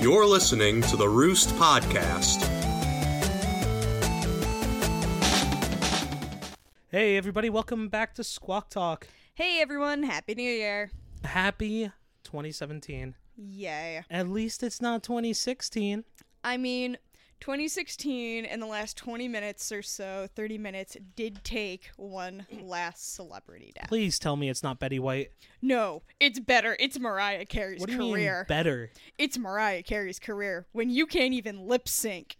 You're listening to the Roost Podcast. Hey, everybody, welcome back to Squawk Talk. Hey everyone, happy new year. Happy 2017. Yay. At least it's not 2016. I mean, 2016 in the last 20 minutes or so, 30 minutes did take one last celebrity death. Please tell me it's not Betty White. No, it's better. It's Mariah Carey's What do you mean career. better? it's Mariah Carey's career when you can't even lip sync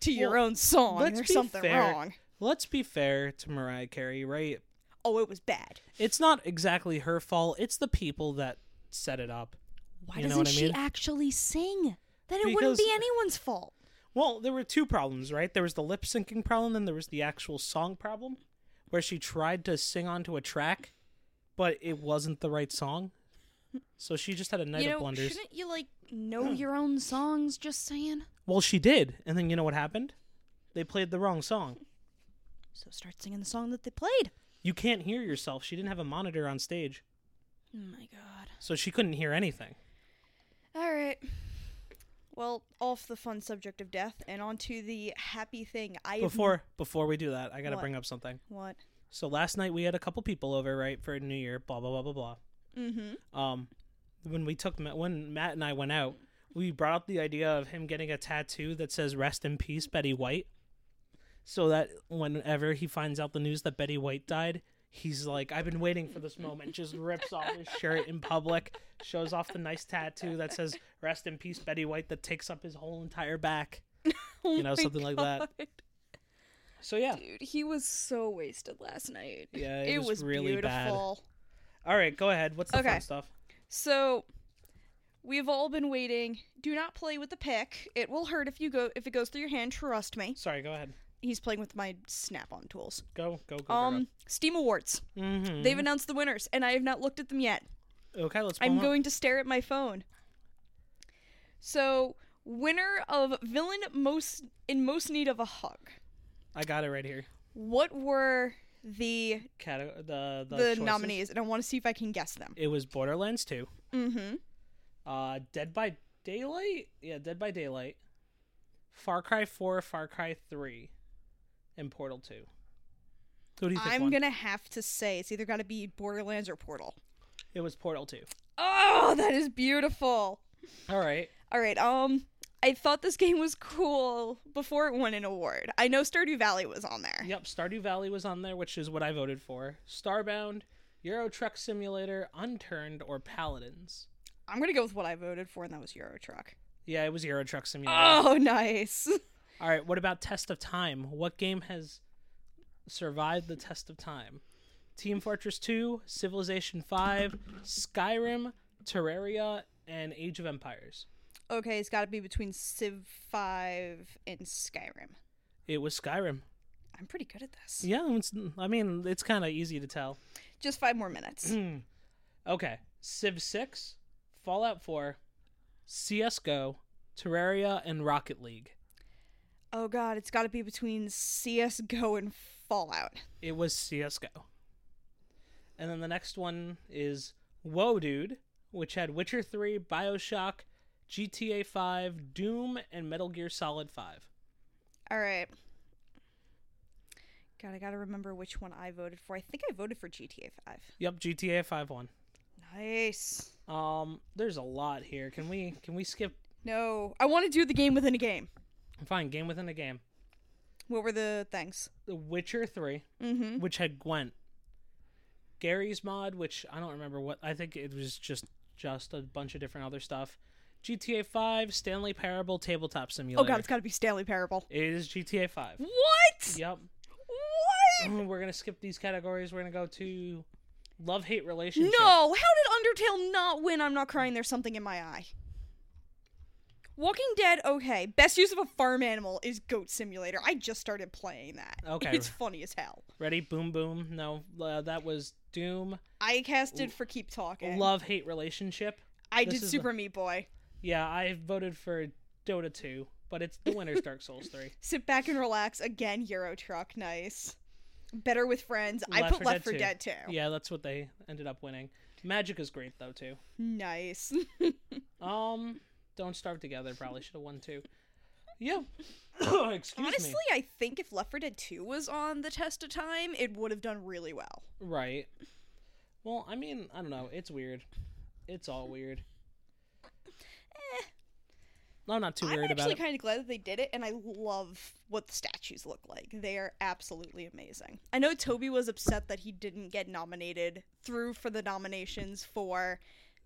to your Well, own song. Let's There's be something fair. wrong. Let's be fair to Mariah Carey, right? Oh, it was bad. It's not exactly her fault. It's the people that set it up. Why You know doesn't what I she mean? actually sing? Then it wouldn't Because- be anyone's fault. Well, there were two problems, right? There was the lip syncing problem, and there was the actual song problem, where she tried to sing onto a track, but it wasn't the right song. So she just had a night you know, of blunders. shouldn't you like know your own songs? Just saying. Well, she did. And then you know what happened? They played the wrong song. So start singing the song that they played. You can't hear yourself. She didn't have a monitor on stage, Oh my god. so she couldn't hear anything. All right. Well, off the fun subject of death and onto the happy thing. I have- Before before we do that, I got to What? bring up something. what? So last night we had a couple people over, right, for New Year, blah blah blah blah Mm-hmm. blah. Um when we took Ma- when Matt and I went out, we brought up the idea of him getting a tattoo that says rest in peace Betty White. So that whenever he finds out the news that Betty White died, he's like, I've been waiting for this moment. Just rips off his shirt in public, shows off the nice tattoo that says "Rest in peace, Betty White," that takes up his whole entire back. You know, something like that. So yeah, Oh Dude, he was so wasted last night. Yeah, it was really bad. beautiful. all right, go ahead. What's the Okay. fun stuff? So we've all been waiting. Do not play with the pick. It will hurt if you go if it goes through your hand, trust me. Sorry, go ahead. He's playing with my snap-on tools. Go go go. Um Steam Awards. mm-hmm. They've announced the winners and I have not looked at them yet. okay, let's. I'm pull 'em up. going to stare at my phone. So, winner of villain most in most need of a hug. I got it right here. What were the Cate- the the, the, choices. nominees? And I want to see if I can guess them. It was Borderlands Two, Mm-hmm. uh, Dead by Daylight. Yeah, Dead by Daylight. Far Cry Four, Far Cry Three, and Portal Two. Who do you think I'm won? gonna have to say it's either gotta be Borderlands or Portal. It was Portal Two. Oh, that is beautiful. All right. All right. Um, I thought this game was cool before it won an award. I know Stardew Valley was on there. Yep. Stardew Valley was on there, which is what I voted for. Starbound, Euro Truck Simulator, Unturned, or Paladins. I'm gonna go with what I voted for, and that was Euro Truck. Yeah, it was Euro Truck Simulator. Oh, nice. All right. What about Test of Time? What game has survived the test of time? Team Fortress 2, Civilization 5, Skyrim, Terraria, and Age of Empires. Okay, it's got to be between Civ 5 and Skyrim. It was Skyrim. I'm pretty good at this. Yeah, it's, I mean, it's kind of easy to tell. Just five more minutes. Okay. Civ 6, Fallout 4, CSGO, Terraria, and Rocket League. oh god, it's got to be between CS:GO and Fallout. It was CSGO. And then the next one is Whoa Dude, which had Witcher 3, Bioshock, GTA 5, Doom, and Metal Gear Solid 5. All right. God, I got to remember which one I voted for. I think I voted for GTA 5. Yep, GTA 5 won. Nice. Um, there's a lot here. Can we can we skip No, I want to do the game within a game. fine game within a game? What were the things? The Witcher 3, Mhm. which had Gwent. Gary's mod, which I don't remember what I think it was just just a bunch of different other stuff. GTA 5, Stanley Parable, Tabletop Simulator. Oh god, it's got to be Stanley Parable. It is GTA 5. What? Yep. What? Mm, we're gonna skip these categories. We're gonna go to love hate relationship. No, how did Undertale not win? I'm not crying. There's something in my eye. Walking Dead, okay. Best use of a farm animal is Goat Simulator. I just started playing that. Okay. It's funny as hell. Ready? Boom boom. No, uh, that was Doom. I casted for Keep Talking. Love hate relationship. I this did is Super Meat Boy. Yeah, I voted for Dota two, but it's the winner's Dark Souls three. Sit back and relax. Again, Euro Truck. Nice. Better with friends. I Left put 4 Dead Left for 2. Dead too. Yeah, that's what they ended up winning. Magic is great though too. Nice. Um, Don't Starve Together probably should have won too. Yeah. Excuse Honestly, me. I think if Left 4 Dead 2 was on the test of time, it would have done really well. Right. Well, I mean, I don't know. It's weird. It's all weird. I'm not too Eh. I'm worried about actually it. kind of glad that they did it, and I love what the statues look like. They are absolutely amazing. I know Toby was upset that he didn't get nominated through for the nominations for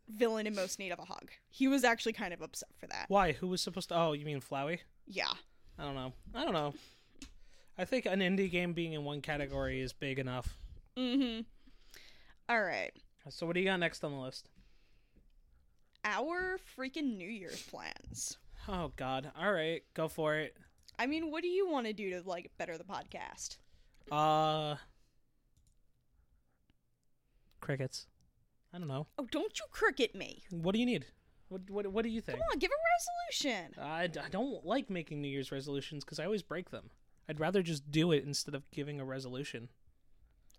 villain in most need of a hug. He was actually kind of upset for that. Why? Who was supposed to? Oh, you mean Flowey? Yeah. I don't know. I don't know. I think an indie game being in one category is big enough. Mm-hmm. All right. So what do you got next on the list? Our freaking New Year's plans. Oh God! All right, go for it. I mean, what do you want to do to like better the podcast? Uh, crickets. I don't know. Oh, don't you cricket me. What do you need? What What, what do you think? Come on, give a resolution. I, d- I don't like making New Year's resolutions because I always break them. I'd rather just do it instead of giving a resolution.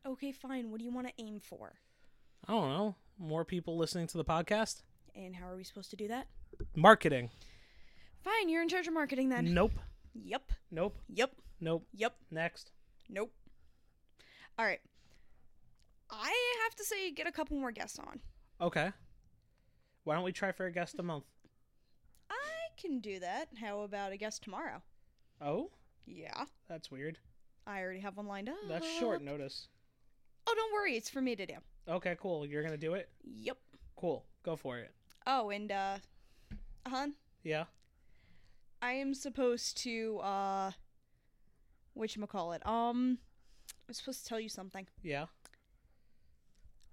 Okay, fine. What do you want to aim for? I don't know. More people listening to the podcast. And how are we supposed to do that? Marketing. Fine, you're in charge of marketing then. Nope. Yep. Nope. Yep. Nope. Yep. Next. Nope. All right. I have to say, get a couple more guests on. Okay. Why don't we try for a guest a month? I can do that. How about a guest tomorrow? Oh, Yeah. that's weird. I already have one lined up. That's short notice. Oh, don't worry. It's for me to do. Okay, cool. You're gonna do it. Yep. Cool. Go for it. Oh, and, uh, hon, Yeah. I am supposed to, uh, whatchamacallit? Um, I'm supposed to tell you something. Yeah.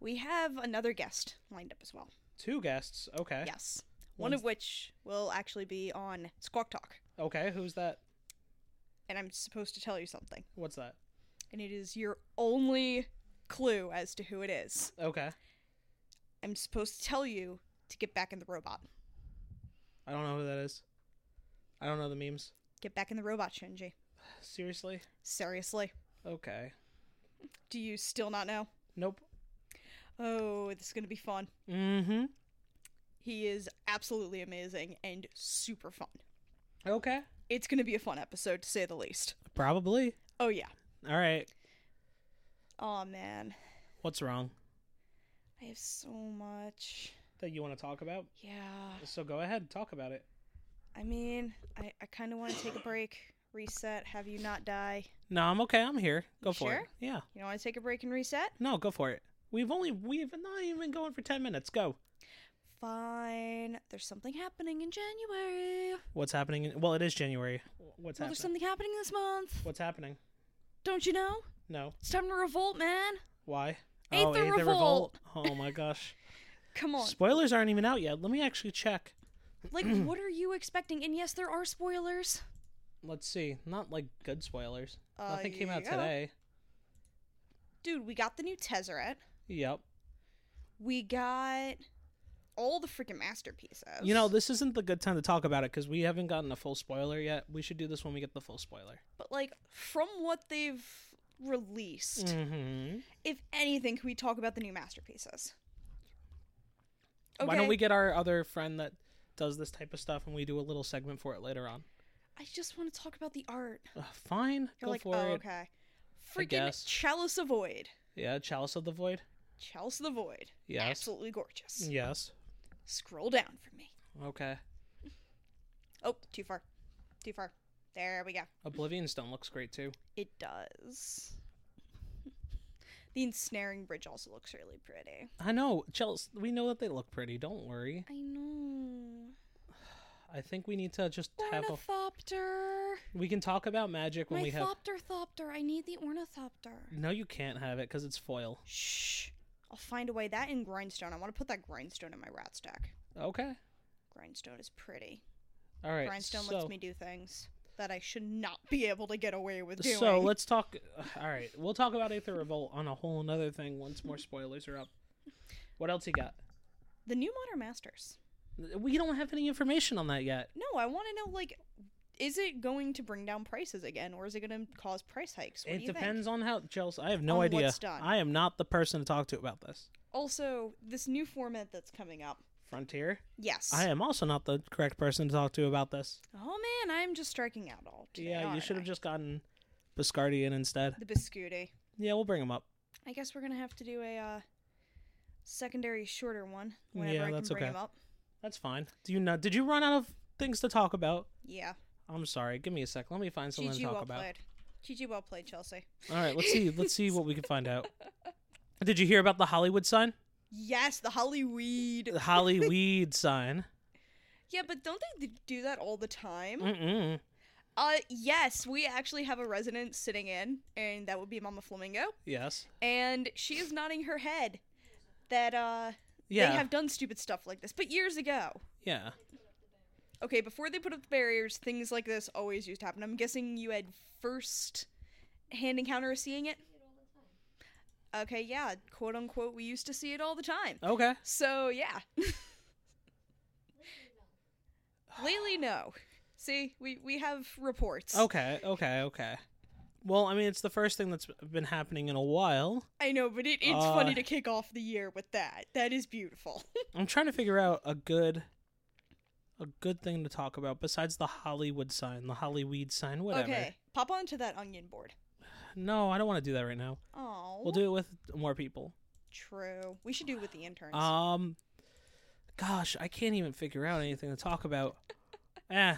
We have another guest lined up as well. Two guests. Okay. Yes. One of which will actually be on Squawk Talk. Okay. Who's that? And I'm supposed to tell you something. What's that? And it is your only clue as to who it is. Okay. I'm supposed to tell you to get back in the robot. I don't know who that is. I don't know the memes. Get back in the robot, Shinji. Seriously. Seriously. Okay. Do you still not know? Nope. Oh, this is going to be fun. Mm-hmm. He is absolutely amazing and super fun. Okay. It's going to be a fun episode, to say the least. Probably. Oh, yeah. All right. Oh, man. What's wrong I have so much. that you want to talk about? Yeah. So go ahead, talk about it. I mean, I, I kind of want to take a break, reset, have you not die. No, I'm okay. I'm here. Go You for it. sure? Yeah. You don't want to take a break and reset? No, go for it. We've only we've not even going for ten minutes. Go. Fine. There's something happening in January. What's happening? In, well, it is January. What's Well, happening? there's something happening this month. What's happening? Don't you know? No. It's time to revolt, man. Why? Aether Revolt. Oh my gosh. Come on. Spoilers aren't even out yet. Let me actually check. like, what are you expecting? And yes, there are spoilers. Let's see. Not like good spoilers. Uh, Nothing came out yeah. today. Dude, we got the new Tezzeret. Yep. We got all the freaking masterpieces. You know, this isn't the good time to talk about it because we haven't gotten a full spoiler yet. We should do this when we get the full spoiler. but like, from what they've released, Mm-hmm. if anything, can we talk about the new masterpieces? Why don't we get our other friend that does this type of stuff and we do a little segment for it later on? I just want to talk about the art. Uh, fine. You're go like, for oh, it. okay. guess. Freaking Chalice of Void. Yeah, Chalice of the Void. Chalice of the Void. Yes. Mm. Absolutely gorgeous. Yes. Scroll down for me. Okay. Oh, too far. Too far. There we go. Oblivion Stone looks great too. It does. the ensnaring bridge also looks really pretty. I know. Chalice, we know that they look pretty. Don't worry. I know. I think we need to just have a. Ornithopter. We can talk about magic when My we have. thopter thopter. I need the ornithopter. No, you can't have it because it's foil. Shh. I'll find a way. That and grindstone. I want to put that grindstone in my rat stack. Okay. Grindstone is pretty. All right. Grindstone so, lets me do things that I should not be able to get away with doing. So let's talk. uh, All right, we'll talk about Aether Revolt on a whole another thing once more spoilers are up. What else you got? the new Modern Masters. We don't have any information on that yet. No, I want to know like, is it going to bring down prices again, or is it going to cause price hikes? What do it you depends Think? on how Chelsea. I have no On idea. what's done. I am not the person to talk to about this. Also, this new format that's coming up. Frontier. Yes. I am also not the correct person to talk to about this. Oh man, I'm just striking out all. Today, Yeah, you aren't should have I? just gotten Biscardi in instead. the biscuity. Yeah, we'll bring him up. I guess we're gonna have to do a uh, secondary shorter one whenever Yeah, I that's can bring okay. him up. That's fine. Do you know? Did you run out of things to talk about? Yeah. I'm sorry. Give me a sec. Let me find something GG to talk well about. played. GG well played, Chelsea. All right, let's see. Let's see what we can find out. Did you hear about the Hollywood sign? Yes, the Hollyweed. The Hollyweed sign. Yeah, but don't they d- do that all the time? Mm-mm. Uh, yes, we actually have a resident sitting in, and that would be Mama Flamingo, Yes. and she is nodding her head that uh Yeah. they have done stupid stuff like this, but years ago. Yeah. Okay, before they put up the barriers, things like this always used to happen. I'm guessing you had first hand encounter of seeing it. Okay, yeah, quote unquote, we used to see it all the time. Okay. So yeah. Lately, no. See, we we have reports. Okay. Okay. Okay. Well, I mean, it's the first thing that's been happening in a while. I know, but it, it's Uh, funny to kick off the year with that. That is beautiful. I'm trying to figure out a good, a good thing to talk about besides the Hollywood sign, the Hollyweed sign, whatever. Okay, pop onto that onion board. No, I don't want to do that right now. Oh, We'll do it with more people. True. We should do it with the interns. Um, gosh, I can't even figure out anything to talk about. eh,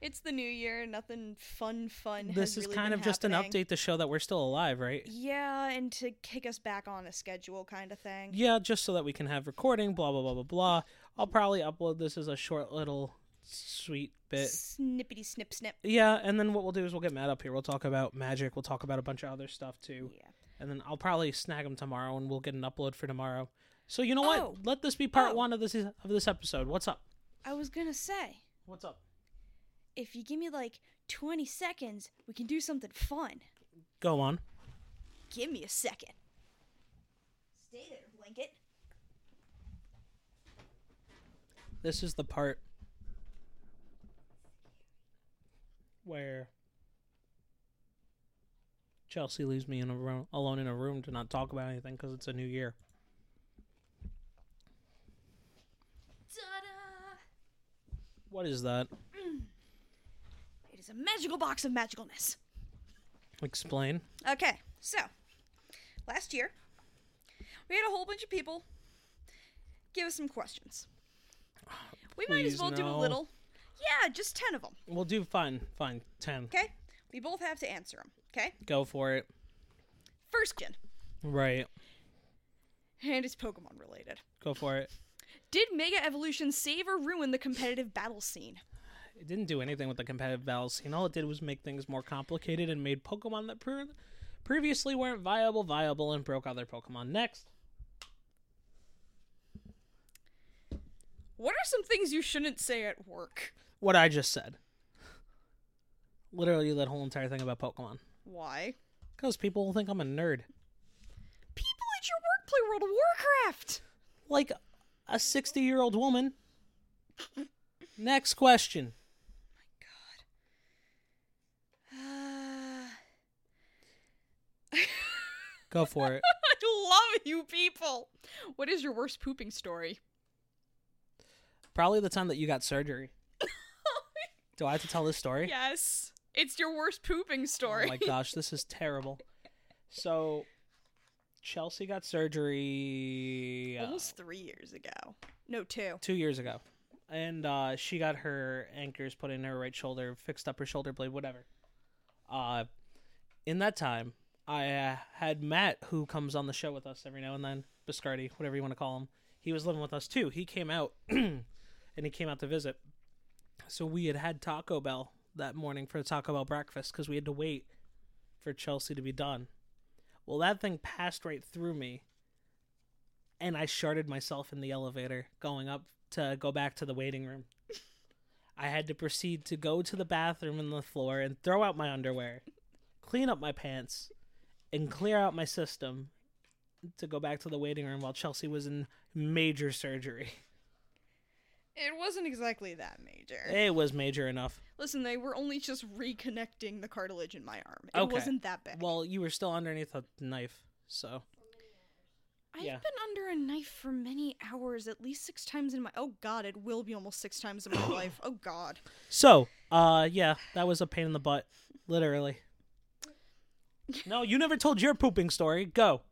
it's the new year. Nothing fun. Fun. has this is really kind been of just an happening. update to show that we're still alive, right? Yeah, and to kick us back on a schedule, kind of thing. Yeah, just so that we can have recording. Blah blah blah blah blah. I'll probably upload this as a short little sweet bit. Snippity snip snip. Yeah, and then what we'll do is we'll get Matt up here. We'll talk about magic. We'll talk about a bunch of other stuff Yeah. too. And then I'll probably snag him tomorrow, and we'll get an upload for tomorrow. So you know what? Oh. Let this be part Oh. one of this of this episode. What's up? I was gonna say. What's up? if you give me like 20 seconds, we can do something fun. Go on. Give me a second. Stay there, blanket. This is the part where Chelsea leaves me in a room, alone in a room to not talk about anything because it's a new year. Ta-da! What is that? It is a magical box of magicalness. Explain. Okay, so last year we had a whole bunch of people give us some questions. We might as Please, well do a no. little. Yeah, just 10 of them, We'll do fine. Fine. 10. okay? We both have to answer them, okay? Go for it. First question, Right. and it's Pokemon related. Go for it. Did Mega Evolution save or ruin the competitive battle scene? It didn't do anything with the competitive battle scene. All it did was make things more complicated and made Pokemon that pre- previously weren't viable viable and broke other Pokemon. Next. What are some things you shouldn't say at work? What I just said. Literally that whole entire thing about Pokemon. Why? Because people will think I'm a nerd. People at your work play World of Warcraft! Like a 60 year old woman. Next question. Uh, Go for it. I love you people! What is your worst pooping story? Probably the time that you got surgery. Do I have to tell this story? Yes. It's your worst pooping story. Oh my gosh, this is terrible. So, Chelsea got surgery uh, Almost three years ago. No, two. two years ago, and uh, she got her anchors put in her right shoulder, fixed up her shoulder blade, whatever. Uh, in that time, I uh, had Matt, who comes on the show with us every now and then, Biscardi, whatever you want to call him. He was living with us too. He came out, and he came out to visit. So we had had Taco Bell that morning for Taco Bell breakfast because we had to wait for Chelsea to be done. Well, that thing passed right through me, and I sharded myself in the elevator going up to go back to the waiting room. I had to proceed to go to the bathroom on the floor and throw out my underwear, clean up my pants, and clear out my system to go back to the waiting room while Chelsea was in major surgery. It wasn't exactly that major. It was major enough. Listen, they were only just reconnecting the cartilage in my arm. It Okay. wasn't that bad. Well, you were still underneath a knife, so I've Yeah. been under a knife for many hours, at least six times in my. Oh God, it will be almost six times in my life. Oh God. So, uh, yeah, that was a pain in the butt, literally. No, you never told your pooping story. Go.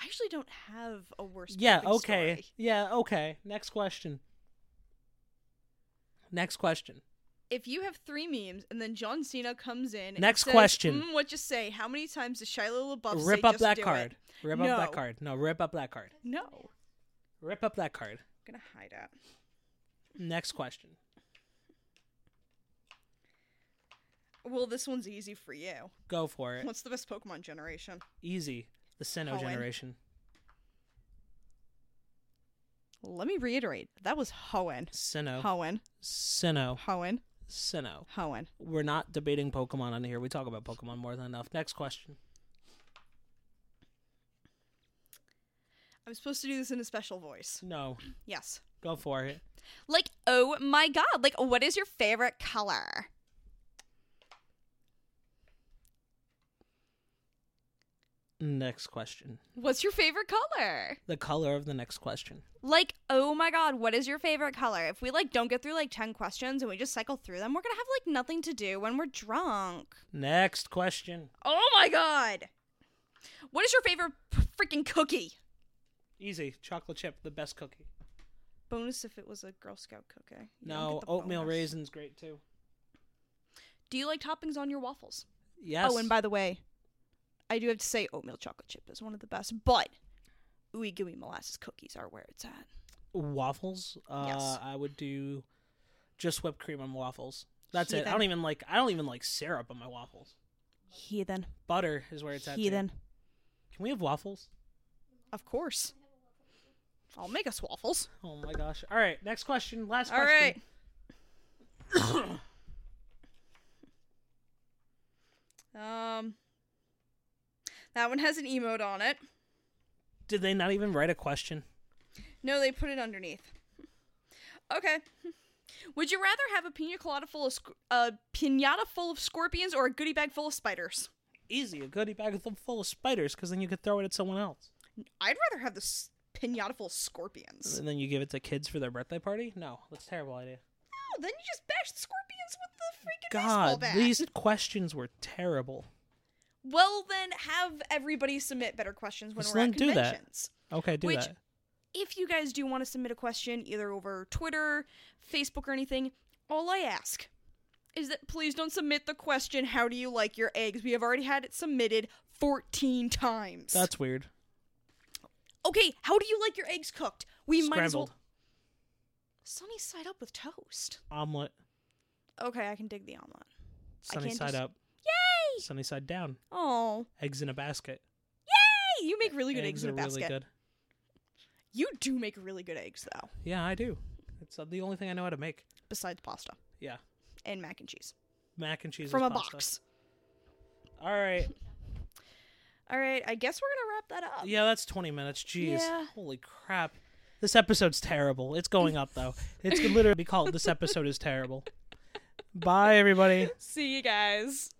I actually don't have a worse. Yeah. pooping Okay. story. Yeah. Okay. Next question. Next question. If you have three memes and then John Cena comes in. and Next says, question. "Mm, what you say? How many times does Shiloh LaBeouf say, Rip up "Just that do it?" card. Rip up that No. card. No, rip up that card. No, I'm Rip up that card. gonna hide it. Next question. Well, this one's easy for you. Go for it. What's the best Pokemon generation? Easy. The Sinnoh Hoenn. generation. Let me reiterate. That was Hoenn. Sinnoh. Hoenn. Sinnoh. Hoenn. Sinnoh. Hoenn. We're not debating Pokemon on here. We talk about Pokemon more than enough. Next question. I'm supposed to do this in a special voice. No. Yes. Go for it. Like, oh my god. Like, what is your favorite color? Next question. What's your favorite color? The color of the next question. Like, oh my god, what is your favorite color? If we like don't get through like 10 questions and we just cycle through them, we're going to have like nothing to do when we're drunk. Next question. Oh my god. What is your favorite p- freaking cookie? Easy. Chocolate chip, the best cookie. Bonus if it was a Girl Scout cookie. You don't No, get the oatmeal bonus. raisins great too. Do you like toppings on your waffles? Yes. Oh, and by the way, I do have to say oatmeal chocolate chip is one of the best, but ooey gooey molasses cookies are where it's at. waffles. Uh Yes. I would do just whipped cream on waffles. That's it. I Heathen. don't even like I don't even like syrup on my waffles. Heathen. Butter is where it's at. too. Heathen. Can we have waffles? Of course. I'll make us waffles. Oh my gosh. All right, next question. Last All question. right. um, that one has an emote on it. Did they not even write a question? No, they put it underneath. Okay. Would you rather have a pina colada full of sc- a pinata full of scorpions or a goodie bag full of spiders? Easy, a goodie bag full- full of spiders cuz then you could throw it at someone else. I'd rather have the s- pinata full of scorpions. And then you give it to kids for their birthday party? No, that's a terrible idea. No, Oh, then you just bash the scorpions with the freaking baseball God, bat. these questions were terrible. Well, then have everybody submit better questions when Let's we're let at 'em do that. conventions. Okay, do Which- that. If you guys do want to submit a question, either over Twitter, Facebook, or anything, all I ask is that please don't submit the question, How do you like your eggs? We have already had it submitted 14 times. That's weird. okay, how do you like your eggs cooked? We might as Scrambled well. Sunny side up with toast. omelet, Okay, I can dig the omelet. sunny can't side just- up, Yay! sunny side down, Oh, eggs in a basket. hey, you make really good eggs, in are a basket. really good. You do make really good eggs, though, Yeah, I do. It's uh, the only thing I know how to make. besides pasta Yeah, and mac and cheese mac and cheese from a with pasta. box. All right. All right, I guess we're gonna wrap that up. Yeah, that's 20 minutes. Jeez. Yeah. Holy crap. This episode's terrible. It's going up though. It's could literally be called this episode is terrible. Bye everybody. See you guys.